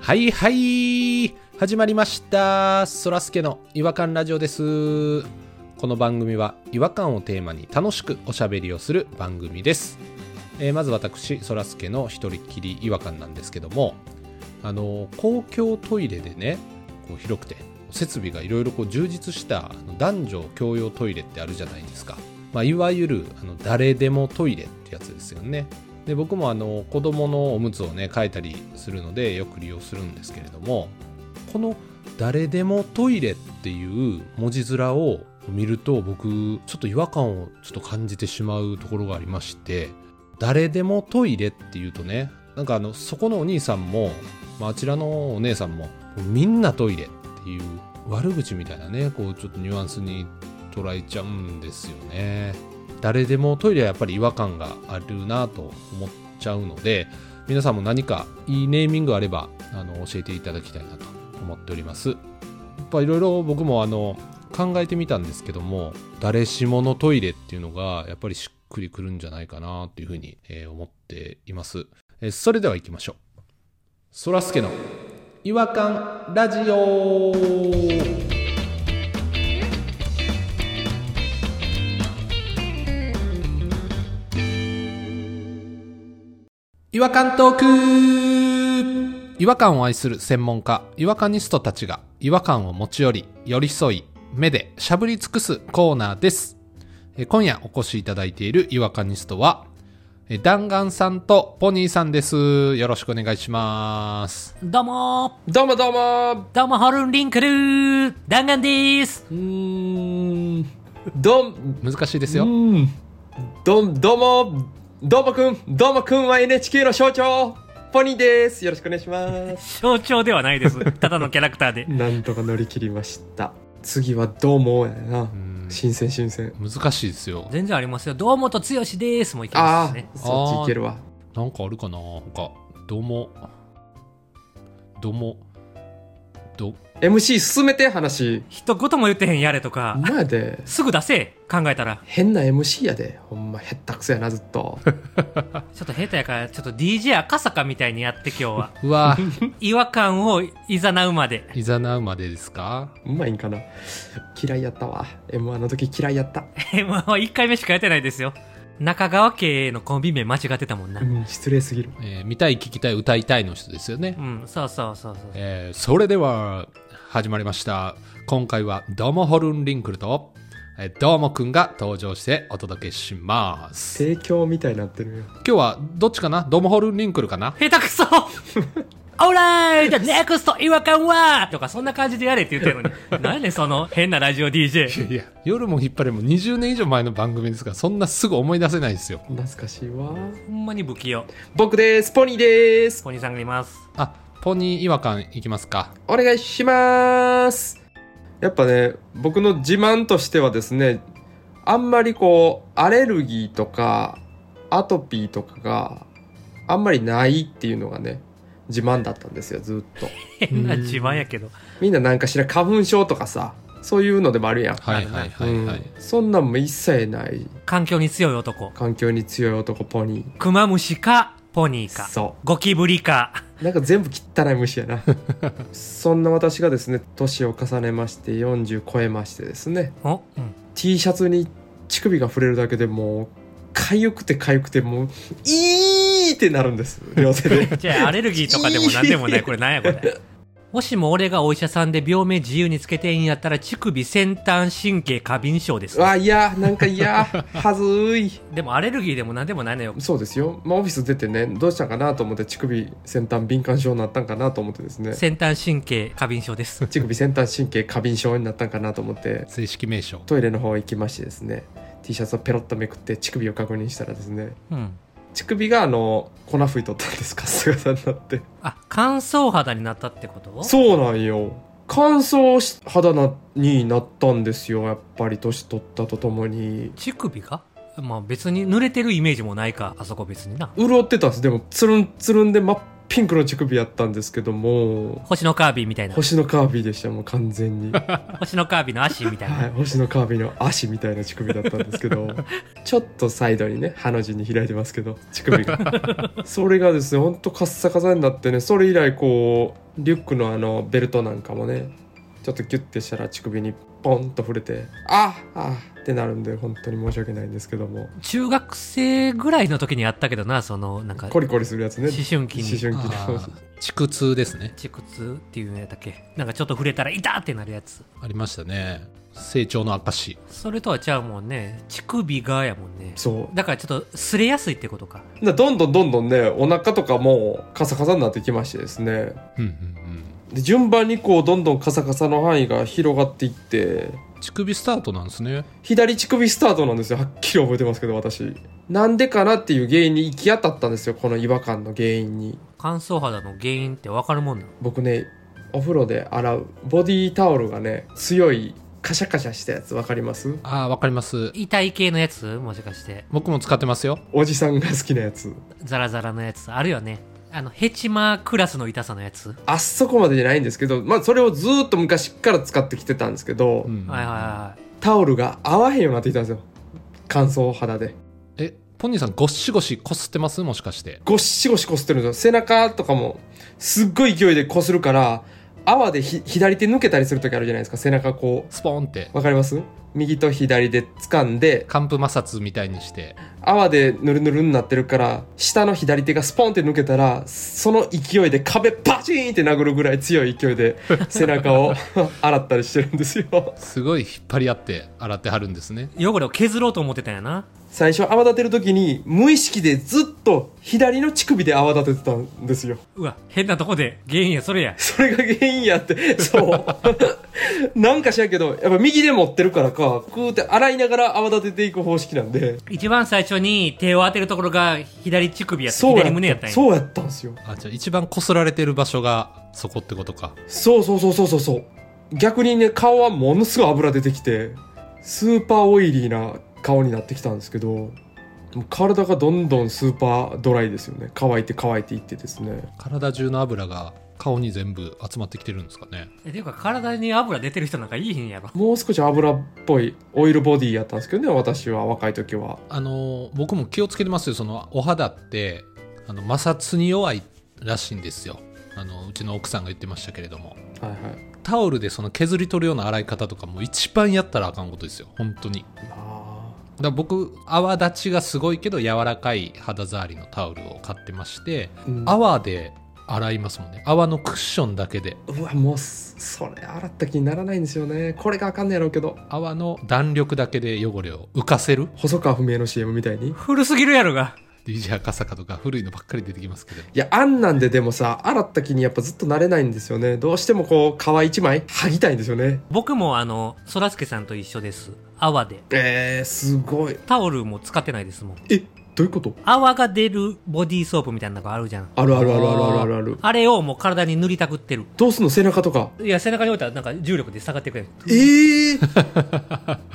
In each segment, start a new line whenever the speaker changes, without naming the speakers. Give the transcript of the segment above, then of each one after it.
はいはい始まりましたそらすけの違和感ラジオですこの番組は違和感をテーマに楽しくおしゃべりをする番組です、えーまず私そらすけの一人っきり違和感なんですけどもあの公共トイレでねこう広くて設備がいろいろこう充実したあの男女共用トイレってあるじゃないですか、まあ、いわゆるあの誰でもトイレってやつですよねで僕もあの子供のおむつをね変えたりするのでよく利用するんですけれどもこの「誰でもトイレ」っていう文字面を見ると僕ちょっと違和感をちょっと感じてしまうところがありまして「誰でもトイレ」っていうとねなんかあのそこのお兄さんも、まああちらのお姉さんもみんなトイレっていう悪口みたいなねこうちょっとニュアンスに捉えちゃうんですよね。誰でもトイレはやっぱり違和感があるなと思っちゃうので皆さんも何かいいネーミングあればあの教えていただきたいなと思っておりますやっぱいろいろ僕もあの考えてみたんですけども誰しものトイレっていうのがやっぱりしっくりくるんじゃないかなっていうふうに、えー思っています、えーそれでは行きましょうそらすけの違和感ラジオ違和感トーク違和感を愛する専門家、違和感ニストたちが違和感を持ち寄り、寄り添い、目でしゃぶり尽くすコーナーです。えー今夜お越しいただいている違和感ニストは、えー弾丸さんとポニーさんです。よろしくお願いします。
どうも
どうもどうも
ーどうもホルンリンクルー弾丸でーす
うーんどん
難しいですよ。
どんどうもどうもくんどうもくんは NHK の象徴ポニーですよろしくお願いします
象徴ではないです。 ただのキャラクターで。
なんとか乗り切りました次はどうもやな
うん
新鮮新鮮
難しいですよ。
全然ありますよ。どうもとつよしでーすもういけま
あ
す
ー
ね。
そっちいけるわ
なんかあるかな他。どうも。どうも。ど、
MC 進めて話
一言も言ってへんやれとか
ほん、まやです
ぐ出せ考えたら。
変な MC やでほんまへったくそやなずっと
ちょっと下手やから、ちょっと DJ 赤坂みたいにやって今
う
日 は。
わ、
違和感をいざなうま で。
いざなうまでですか
うまいんかな嫌いやったわ m 1の時嫌いやった、
まあ一回目しかやってないですよ。中川家のコンビ名間違ってたもんな
う。ん、失礼すぎる
えー見たい、聞きたい、歌いたいの人ですよね
う。ん、そうそうそうそう。
えーそれでは始まりました今回はどうもホルンリンクルとえーどうもくんが登場してお届けします
提供みたいになってるよ
今日はどっちかなどうもホルンリンクルかな
下手く そオーラ イじゃネクスト違和感はとかそんな感じでやれって言って るのに。何やねんその変なラジオ DJ。
いや夜も引っ張れも20年以上前の番組ですからそんなすぐ思い出せないですよ
懐かしいわ
ほんまに不器用。
僕ですポニーです
ポニーさんがいます。
あポニー違和感いきますか
お願いしますやっぱね僕の自慢としてはですねあんまりこうアレルギーとかアトピーとかがあんまりないっていうのがね自慢だったんですよずっと
変な自慢やけど。
みんななんかしら花粉症とかさそういうのでもあるやん、
はいはいはいはい、
うんそんなんも一切ない
環境に強い男。
環境に強い男ポニ
クマムシか、ポニー
ー
か。
そ
ゴキブリか。
うなんか全部汚い虫や なそんな私がですね年を重ねまして40超えましてですね
お、うん、
T シャツに乳首が触れるだけでもうかゆくてかゆくてもういーってなるんです両 手で
じゃあアレルギーとかでも何でもない。これなんやこれ。もしも俺がお医者さんで病名自由につけていいんやったら乳首先端神経過敏症です
う、わいやなんかいやはずーい
でもアレルギーでも何でもないのよ。
そうですよまあオフィス出てねどうしたんかなと思って乳首先端敏感症になったんかなと思ってですね
先端神経過敏症です。
乳首先端神経過敏症になったんかなと思って
正式名称
トイレの方行きましてですね T シャツをペロッとめくって乳首を確認したらですね
うん。
乳首があの粉吹いとったんですか菅さんになって
あ、乾燥肌になったってこと
そうなんよ乾燥し肌なになったんですよやっぱり年取ったとともに
乳首がまあ別に濡れてるイメージもないか、あそこ別にな。
潤ってたんですでもつるんつるんで真っピンクの乳首やったんですけども
星のカービィみたいな。
星のカービィでしたもう完全に、は
星のカービィの足みたい
い、
な。
星のカービィの足みたいな乳首だったんですけどちょっとサイドにねハの字に開いてますけど乳首がそれがですねほんとカッサカサになってねそれ以来こうリュックのあのベルトなんかもねちょっとギュッてしたら乳首にポンと触れてああああってなるんで本当に申し訳ないんですけども
中学生ぐらいの時にやったけどな、その、なんか、
コ
思
リコリするやつね
春期に。
思春期
あ
の
ー蓄痛ですね
チクツっていうやつだっけなんかちょっと触れたら痛ってなるやつ。
ありましたね成長の証
それとはちゃうもんね。乳首がやもんね。
そう
だからちょっと擦れやすいってことか。
だどんどんどんどんねお腹とかもカサカサになってきましてですね
うんうん
で順番にこうどんどんカサカサの範囲が広がっていって
うん乳首スタートなんですね
左乳首スタートなんですよはっきり覚えてますけど私なんでかなっていう原因に行き当たったんですよこの違和感の原因に
乾燥肌の原因ってわかるもんなの
僕ねお風呂で洗うボディタオルがね強いカシャカシャしたやつわかります
ああわかります
痛い系のやつもしかして。
僕も使ってますよ
おじさんが好きなやつ
ザラザラのやつ。あるよね。あの、ヘチマクラスの痛さのやつ。
あそこまでじゃないんですけど、まあ、それをずーっと昔から使ってきてたんですけど、
うん
はいはいはい。
タオルが合わへんようになってきたんですよ乾燥肌で
えポニーさんゴシゴシこすってますもしかして
ゴシゴシ擦ってるんですよ背中とかもすっごい勢いで擦るから泡でひ左手抜けたりする時あるじゃないですか背中こ
スポーンって
うわかります右と左で掴んで
乾布摩擦みたいにして
泡でヌルヌルになってるから下の左手がスポンって抜けたらその勢いで壁パチーンって殴るぐらい強い勢いで背中を 洗ったりしてるんですよ
すごい引っ張り合って洗ってはるんですね
汚れを削ろうと思ってたんやな。
最初泡立てる時に無意識でずっと左の乳首で泡立ててたんですよ
うわ、変なとこで原因や、それや。
それが原因やって、そう。 なんか知らんけど、やっぱ右で持ってるからか、クーって洗いながら泡立てていく方式なんで。
一番最初に手を当てるところが左乳首やった、
そうや
左胸や
っ
った
た
んや。
そうやったんですよ。
あじゃあ一番こすられてる場所がそこってことか
そうそうそうそうそうそう。逆にね、顔はものすごい油出てきて、スーパーオイリーな顔になってきたんですけど、もう体がどんどんスーパードライですよね。乾いて乾いていってですね。
体中の油が顔に全部集まってきてるんですかね
えていうか、体に油出てる人なんかいいへんやろ。
もう少し油っぽいオイルボディやったんですけどね、私は若い時は。
あの僕も気をつけてますよそのお肌ってあの摩擦に弱いらしいんですよあのうちの奥さんが言ってましたけれども
はいはい。
タオルでその削り取るような洗い方とかも一番やったらあかんことですよ本当に
あ
だから僕泡立ちがすごいけど柔らかい肌触りのタオルを買ってまして
ーうん
泡で洗いますもんね泡のクッションだけで
うわもうそそれ洗った気にならないんですよねこれがあかんねやろうけど
泡の弾力だけで汚れを浮かせる
細川不明の CM みたいにい
古すぎるやろが。
DJ 赤坂とか古いのばっかり出てきますけど
やあんなんででもさ洗った気にやっぱずっとなれないんですよねどうしてもこう皮一枚剥ぎたいんですよね
僕もあの、そらすけさんと一緒です。泡で。
えー、すごい
タオルも使ってないですもん。
えどういうこと
泡が出るボディーソープみたいなのがあるじゃん。
あるあるあるあるあるあるある
あれをもう体に塗りたくってる。
どうすんの背中とか
いや、背中に置いたらなんか重力で下がってくれる。
ええ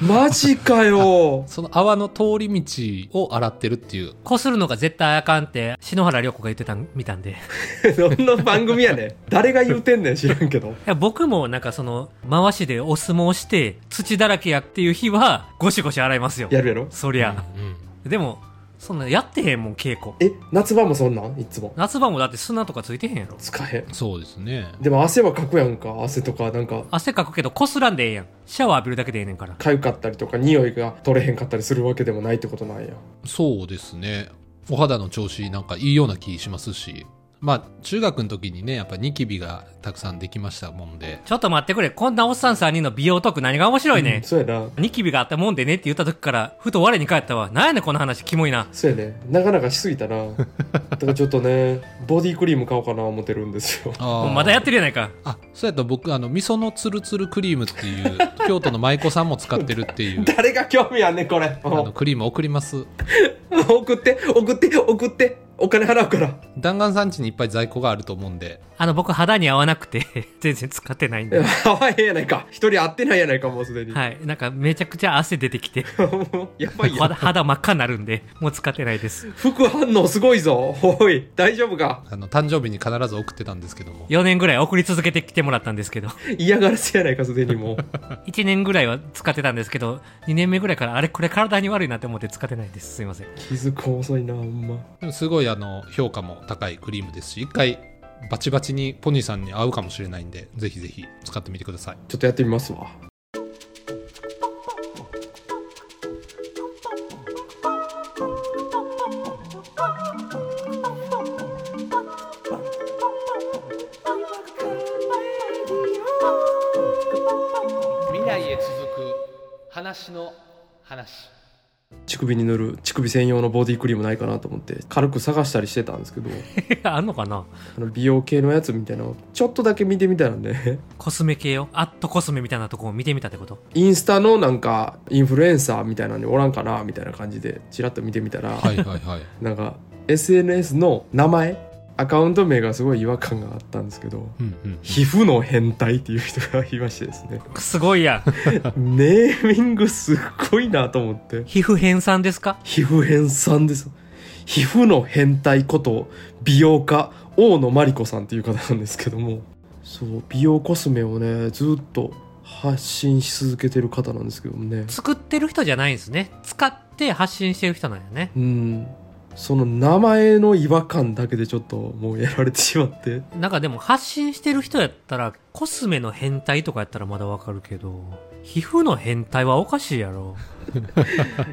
マジかよ
その泡の通り道を洗ってるっていう
こするのが絶対あかんって、篠原涼子が言ってた、見たんで。い
どんな番組やねん誰が言うてんねん知らんけど
や僕もなんかその、回しでお相撲して、土だらけやっていう日は、ゴシゴシ洗いますよ。
やるやろ
そりゃ。
うん
でも、そんなやってへんもん、稽古。
え夏場もそんなんいつも
夏場もだって砂とかついてへんやろ。
使えん
そうですね
でも汗はかくやんか汗とかなんか
汗かくけど、こすらんでええやん。シャワー浴びるだけでええねんから。
痒かったりとか匂いが取れへんかったりするわけでもないってことなんや
そうですねお肌の調子なんかいいような気しますしまあ中学の時にねやっぱニキビがたくさんできましたもんで
ちょっと待ってくれ。こんなおっさん3人の美容トーク何が面白いね。
そうやな
ニキビがあったもんでねって言った時から、ふと我に返ったわ。なんやねん、この話。キモいな。
そうやねなかなかしすぎたなだからちょっとねボディクリーム買おうかな思ってるんで すよ
あ
も
ー
うまだやってるやないか。
あそうやったら僕あの味噌のつるつるクリームって いう京都の舞妓さんも使ってるっていう
誰が興味あんねんこれ
あのクリーム送ります
送って送って送ってお金払うから
弾丸産地にいっぱい在庫があると思うんで
あの、僕肌に合わなくて、 全然使ってないんで。
ハワイやないか。一人会ってないやないか、もうすでに。
はい。なんかめちゃくちゃ汗出てきて、
やばいよ
肌。肌真っ赤になるんで、もう使ってないです。
副反応すごいぞ。おい、大丈夫か
あの誕生日に必ず送ってたんですけども
4年ぐらい送り続けてきてもらったんです けど、
嫌がらせやないか、すでにもう。
1年ぐらいは使ってたんですけど、2年目ぐらいからあれこれ体に悪いなって思って使ってないです。すいません。
気づく遅いな、ほんま。
でもすごいあの評価も高いクリームですし一回バチバチにポニーさんに合うかもしれないんでぜひぜひ使ってみてください
ちょっとやってみますわ。
未来へ続く話の話
乳首に塗る乳首専用のボディクリームないかなと思って軽く探したりしてたんです けど
あんのかな
あの美容系のやつみたいなのをちょっとだけ見てみたらね
コスメ系よ。アットコスメみたいなとこを見てみたってこと
インスタのなんかインフルエンサーみたいなのにおらんかなみたいな感じでチラッと見てみたら、
はいはいはい
なんか SNS の名前アカウント名がすごい違和感があったんですけど
うんうん
皮膚の変態っていう人がいましてです ね
すごい やん。
ネーミングすっごいなと思って
皮膚変さんですか
皮膚変さんです皮膚の変態こと美容家大野真理子さんっていう方なんですけどもそう美容コスメをねずっと発信し続けてる方なんですけどもね
作ってる人じゃないんですね。使って発信してる人なんやね。
うんその名前の違和感だけでちょっともうやられてしまって
なんかでも発信してる人やったら、コスメの変態とかやったらまだわかるけど、皮膚の変態はおかしいやろ。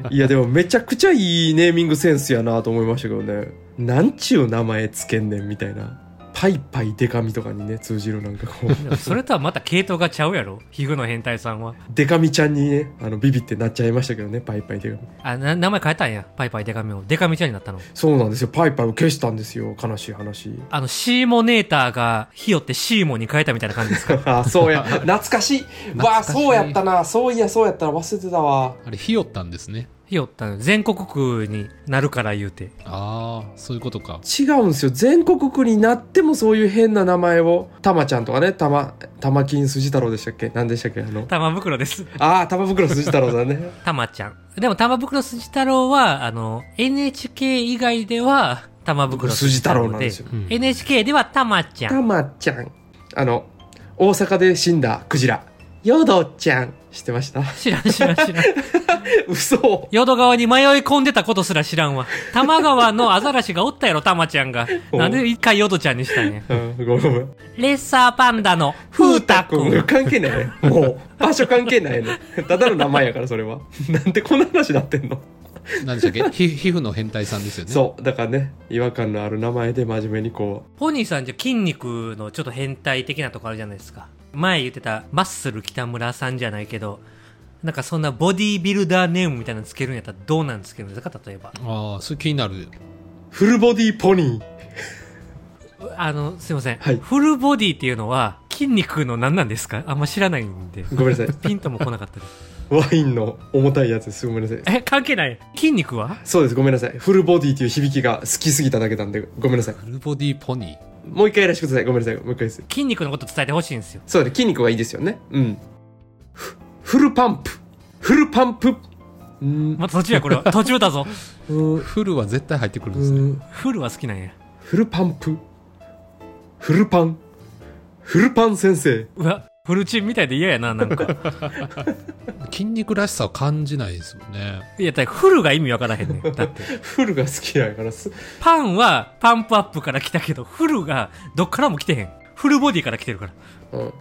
いやでもめちゃくちゃいいネーミングセンスやなと思いましたけどねなんちゅう名前つけんねんみたいなパイパイデカミとかにね通じるなんかこう
でもそれとはまた系統がちゃうやろ。皮膚の変態さんは。
デカミちゃんにねあのビビってなっちゃいましたけどねパイパイデカミ
あ、な名前変えたんや。パイパイデカミを。デカミちゃんになったの。
そうなんですよ。パイパイを消したんですよ。悲しい話。
あの、シーモネーターが、ヒヨってシーモンに変えたみたいな感じですか
あ、そう や。懐かしい。わあ、
懐かしい
そうやったな。そういや、そうやったら忘れてたわ。
あれひよったんですね
ヒヨったの。全国区になるから言うて。
ああそういうことか
違うんですよ。全国区になってもそういう変な名前を、たまちゃんとかね、たま、たま金筋太郎でしたっけ何でしたっけあの。
玉袋です。
ああ、玉袋筋太郎だ ね。
玉ちゃん。でも玉袋筋太郎は、あの、NHK 以外では、玉袋
筋太郎なんですよ。
うん
NHK では玉ちゃ
た
ん。
まちゃん。あの、大阪で死んだクジラ。ヨドちゃん。知ってました
知らん知らん知らん。
嘘。
淀川に迷い込んでたことすら知らんわ。多摩川のアザラシがおったやろ、玉ちゃんが。
おう
なんで一回淀ちゃんにしたんや。
うん、ごめんごめん。
レッサーパンダの
ふ
風
うた
太く
くん
ん。
関係ないねもう場所関係ないねただの名前やからそれは なんでこんな話になってんの
何でしたっけ ひ皮膚の変態さんですよね
そうだからね違和感のある名前で真面目にこ
ポニーさんじゃ筋肉のちょっと変態的なとこあるじゃないですか。前言ってたマッスル北村さんじゃないけど、なんかそんなボディービルダーネームみたいなのつけるんやったらどうなんつけるんですか例えば。
ああそれ気になる
うフルボディポニー
あの、すいません。
はい
フルボディっていうのは筋肉の何なんですかあんま知らないんで。
ごめんな さい
ピンとも来なかったです。
ワインの重たいやつですごめんなさい
え、関係ない。筋肉は
そうですごめんなさいフルボディという響きが好きすぎただけなんでごめんなさい
フルボディポニー
もう一回やらせてくださいごめんなさいもう一回です
筋肉のこと伝えてほしいんですよ。
そうだね筋肉がいいですよねうんフフルパンプフルパンプうん
また途中や、これは。途中だぞ。
うん
フルは絶対入ってくるんですね
うん
フルは好きなんや。
フルパンプ。フルパン。フルパン先生。
うわ、フルチンみたいで嫌やな、なんか。
筋肉らしさを感じないですよね
いや、だからフルが意味わからへんねん。 だって。
フルが好きやからす。
パンはパンプアップから来たけど、フルがどっからも来てへん。フルボディから来てるから。
うん。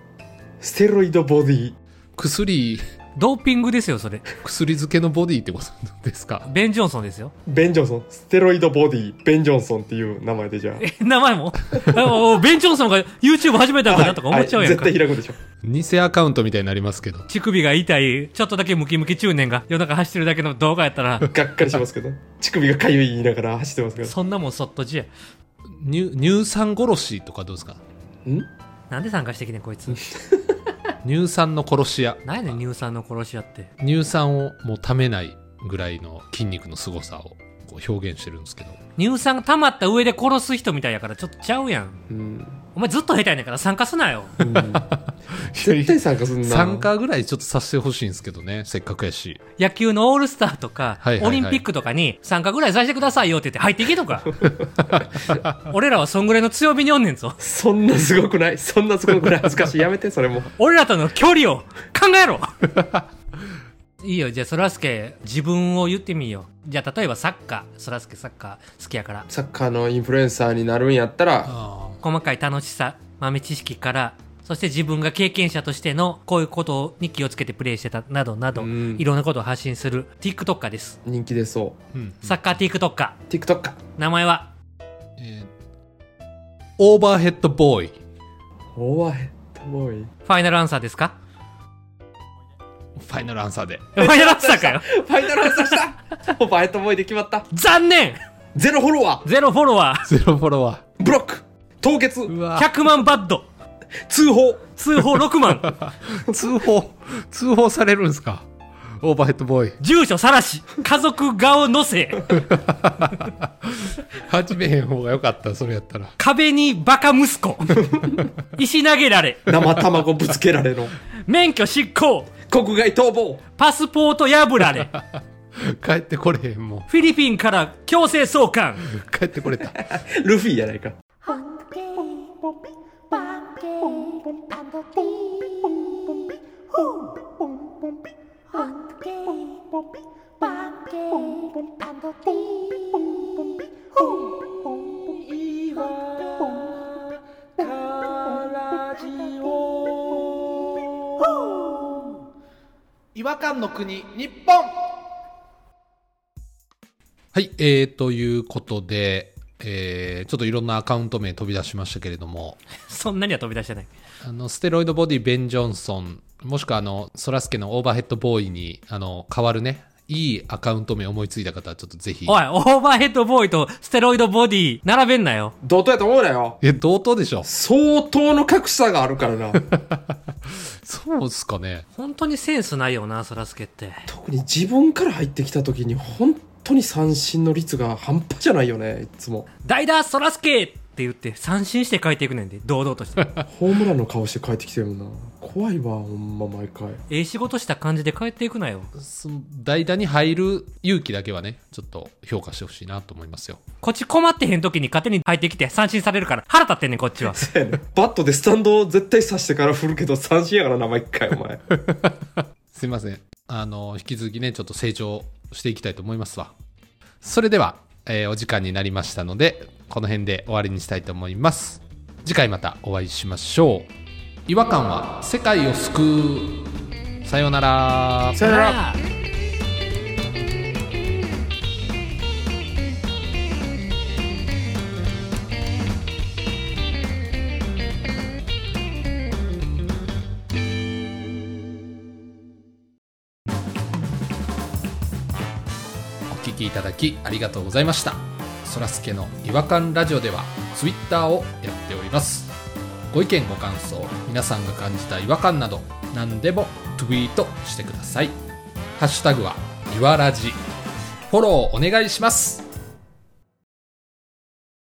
ステロイドボディ。
薬
ドーピングですよ、それ。
薬漬けのボディってことですか
ベン・ジョンソンですよ。
ベン・ジョンソン。ステロイドボディ。ベン・ジョンソンっていう名前でじゃあ。
え、名前もおおベン・ジョンソンが YouTube 始めたのかなとか思っちゃうやんか。
はい絶対開くでしょ。
偽アカウントみたいになりますけど
乳首が痛い、ちょっとだけムキムキ中年が夜中走ってるだけの動画やった ら、
がっかりします けど。乳首がかゆい言いながら走ってますけ
そんなもんそっとじや。
乳乳酸殺しとかどうですか
ど。ん
なんで参加してきてん、こいつ。
乳酸の殺し屋
何やねん、乳酸の殺し屋って。
乳酸をもうためないぐらいの筋肉の凄さをこう表現してるんですけど
乳酸が溜まった上で殺す人みたいやから、ちょっとちゃうやん。
うん。
お前ずっと下手やねんから参加すなよ。
絶対参加すんな。
参加ぐらいちょっとさせてほしいんですけどね、せっかくやし。
野球のオールスターとか、
はいはいはい
オリンピックとかに参加ぐらいさせてくださいよって言って入っていけとか。俺らはそんぐらいの強みにおんねんぞ。
そんなすごくないそんなすごくない恥ずかしい。やめて、そ れも。
俺らとの距離を考 えろいいよ、じゃあ、そらすけ、自分を言ってみよう。じゃあ、例えばサッカー。そらすけサッカー好きやから。
サッカーのインフルエンサーになるんやったら、
あ
細かい楽しさ、豆知識から、そして自分が経験者としてのこういうことに気をつけてプレイしてた、などなど、
うん
いろんなことを発信する TikToker です。
人気出そ
うん。
サッカー TikToker。
う。TikTok か。
名前は
えーオーバーヘッドボーイ。
おわヘッドボーイ。
ファイナルアンサーですか
ファイナルアンサーで。
ファイナルアンサーかよ
ファイナルアンサーしたオーバーヘッドボーイで決まった。
残念
ゼロフォロワ
ゼロフォロワ
ゼロフォロワ
ー。ブロック。凍結。
ー。
ー、
わ
100万バッド、
通報。
通報6万、
通報、通報されるんですかオーバーヘッドボーイ。
住所さらし、家族顔のせ、
始めへん方がよかった、それやったら。
壁にバカ息子、石投げられ、
生卵ぶつけられの。
免許執行、
国外逃亡。
パスポート破られ、
帰ってこれへん、も
フィリピンから強制送還、
う。帰ってこれた。
ルフィやないか。
Hungry,
違和感の国日本
はい、えー、ということで、えー、ちょっといろんなアカウント名飛び出しましたけれども、
そんなには飛び出してない。
あの、ステロイドボディ、ベン・ジョンソン、もしくはあの、ソラスケのオーバーヘッドボーイに、あの、変わるね、いいアカウント名思いついた方は、ちょっとぜひ。
おい、オーバーヘッドボーイとステロイドボディ、並べんなよ。
同等やと思うなよ。
え、同等でしょ
相当の格差があるからな。
そうっすかね。
本当にセンスないよな、そらすけって。
特に自分から入ってきた時に本当に三振の率が半端じゃないよね、いつも。
代打、そらすけって言って、三振して書いていくねんで、堂々として。
ホームランの顔して帰ってきてるもんな。怖いわ、ほんま毎回。
ええ仕事した感じで帰っていくなよ。
その代打に入る勇気だけはね、ちょっと評価してほしいなと思いますよ。
こっち困ってへん時に勝手に入ってきて三振されるから腹立ってんねん、こっちは。
そうやねバットでスタンドを絶対刺してから振るけど三振やからな、毎回お前。
すいません。あの、引き続きね、ちょっと成長していきたいと思いますわ。それでは、えーお時間になりましたので、この辺で終わりにしたいと思います。次回またお会いしましょう。違和感は世界を救う。さようなら。
さよなら。
お聞きいただきありがとうございましたそらすけの違和感ラジオではツイッターをやっておりますご意見ご感想皆さんが感じた違和感など何でもツイートしてくださいハッシュタグは、いわらじ。フォローお願いします。